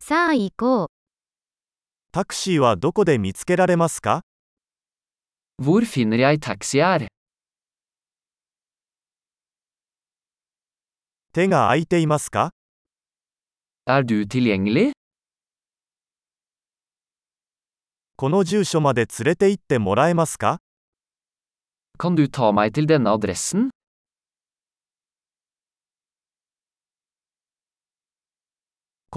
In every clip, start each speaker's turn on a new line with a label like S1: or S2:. S1: さあ行こう。
S2: タクシーはどこで見つけられますか
S3: Hvor finner jeg taxi her?
S2: 手が空いていますか
S3: Er du tilgjengelig?
S2: この住所まで連れて行ってもらえますか
S3: Kan du ta meg til denne adressen?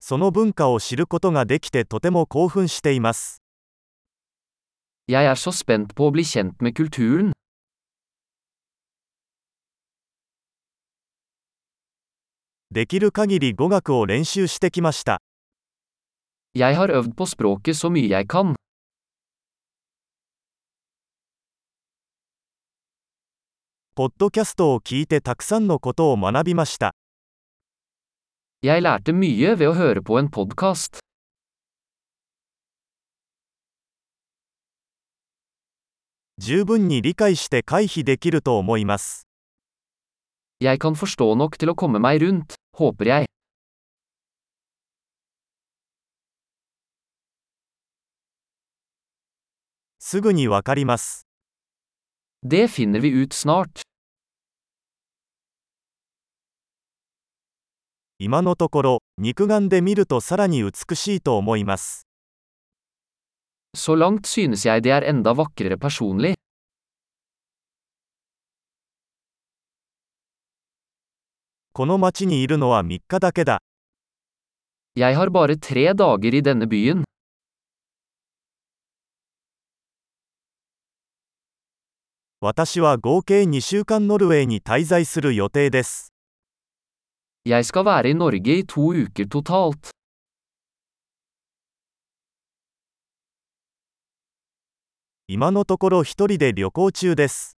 S2: その文化を知ることができてとても興奮しています。
S3: Jeg er så spent på å bli kjent med kulturen.
S2: できる限り語学を練習してきました。
S3: Jeg har øvd på språket så mye jeg kan.
S2: ポッドキャストを聞いてたくさんのことを学びました。
S3: Jeg lærte mye ved å høre på en podkast.
S2: 十分に理解して回避できると思います。
S3: Jeg kan forstå nok til å komme meg rundt, håper jeg.
S2: すぐにわかります。
S3: Det finner vi ut snart.
S2: 今のところ、肉眼で見るとさらに美しいと思います。
S3: Så langt synes jeg det er enda vakrere personlig.
S2: この町にいるのは3日だけだ。
S3: Jeg har bare tre dager i denne byen.
S2: 私は合計2週間ノルウェーに滞在する予定です。
S3: Jeg skal være i Norge i to uker totalt.
S2: 今のところ一人で旅行中です。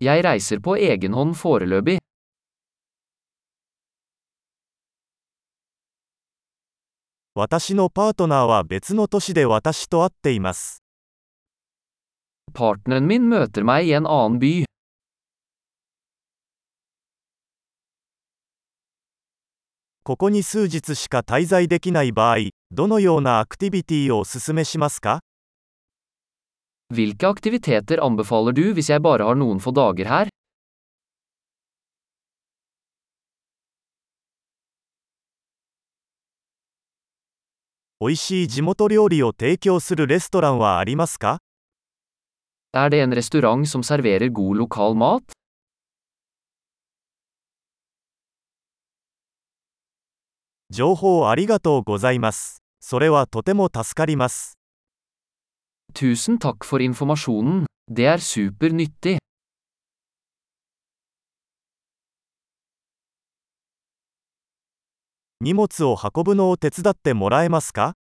S3: Jeg reiser på egen hånd foreløpig.
S2: 私のパートナーは別の都市で私と会っています。
S3: Partneren min møter meg i en annen by.
S2: ここに数日しか滞在できない場合、どのようなアクティビティをお勧めしますか
S3: Hvilke aktiviteter anbefaler du hvis jeg bare har noen få dager her?
S2: 美味しい地元料理を提供するレストランはありますか
S3: Er det en restaurant som serverer god lokal mat?
S2: 情報ありがとうございます。それはとても助かります。
S3: Tusen takk for informasjonen. Det er supernyttig.
S2: 荷物を運ぶのを手伝ってもらえますか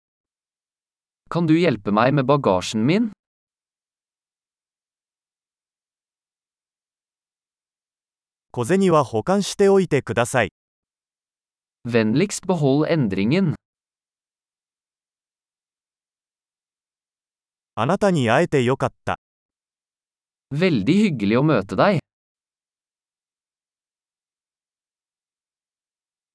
S3: Kan du hjelpe meg med bagasjen min?
S2: 小銭は保管しておいてください。
S3: Vennligst behold endringen.
S2: あなたに会えてよかった。
S3: Veldig hyggelig å møte deg.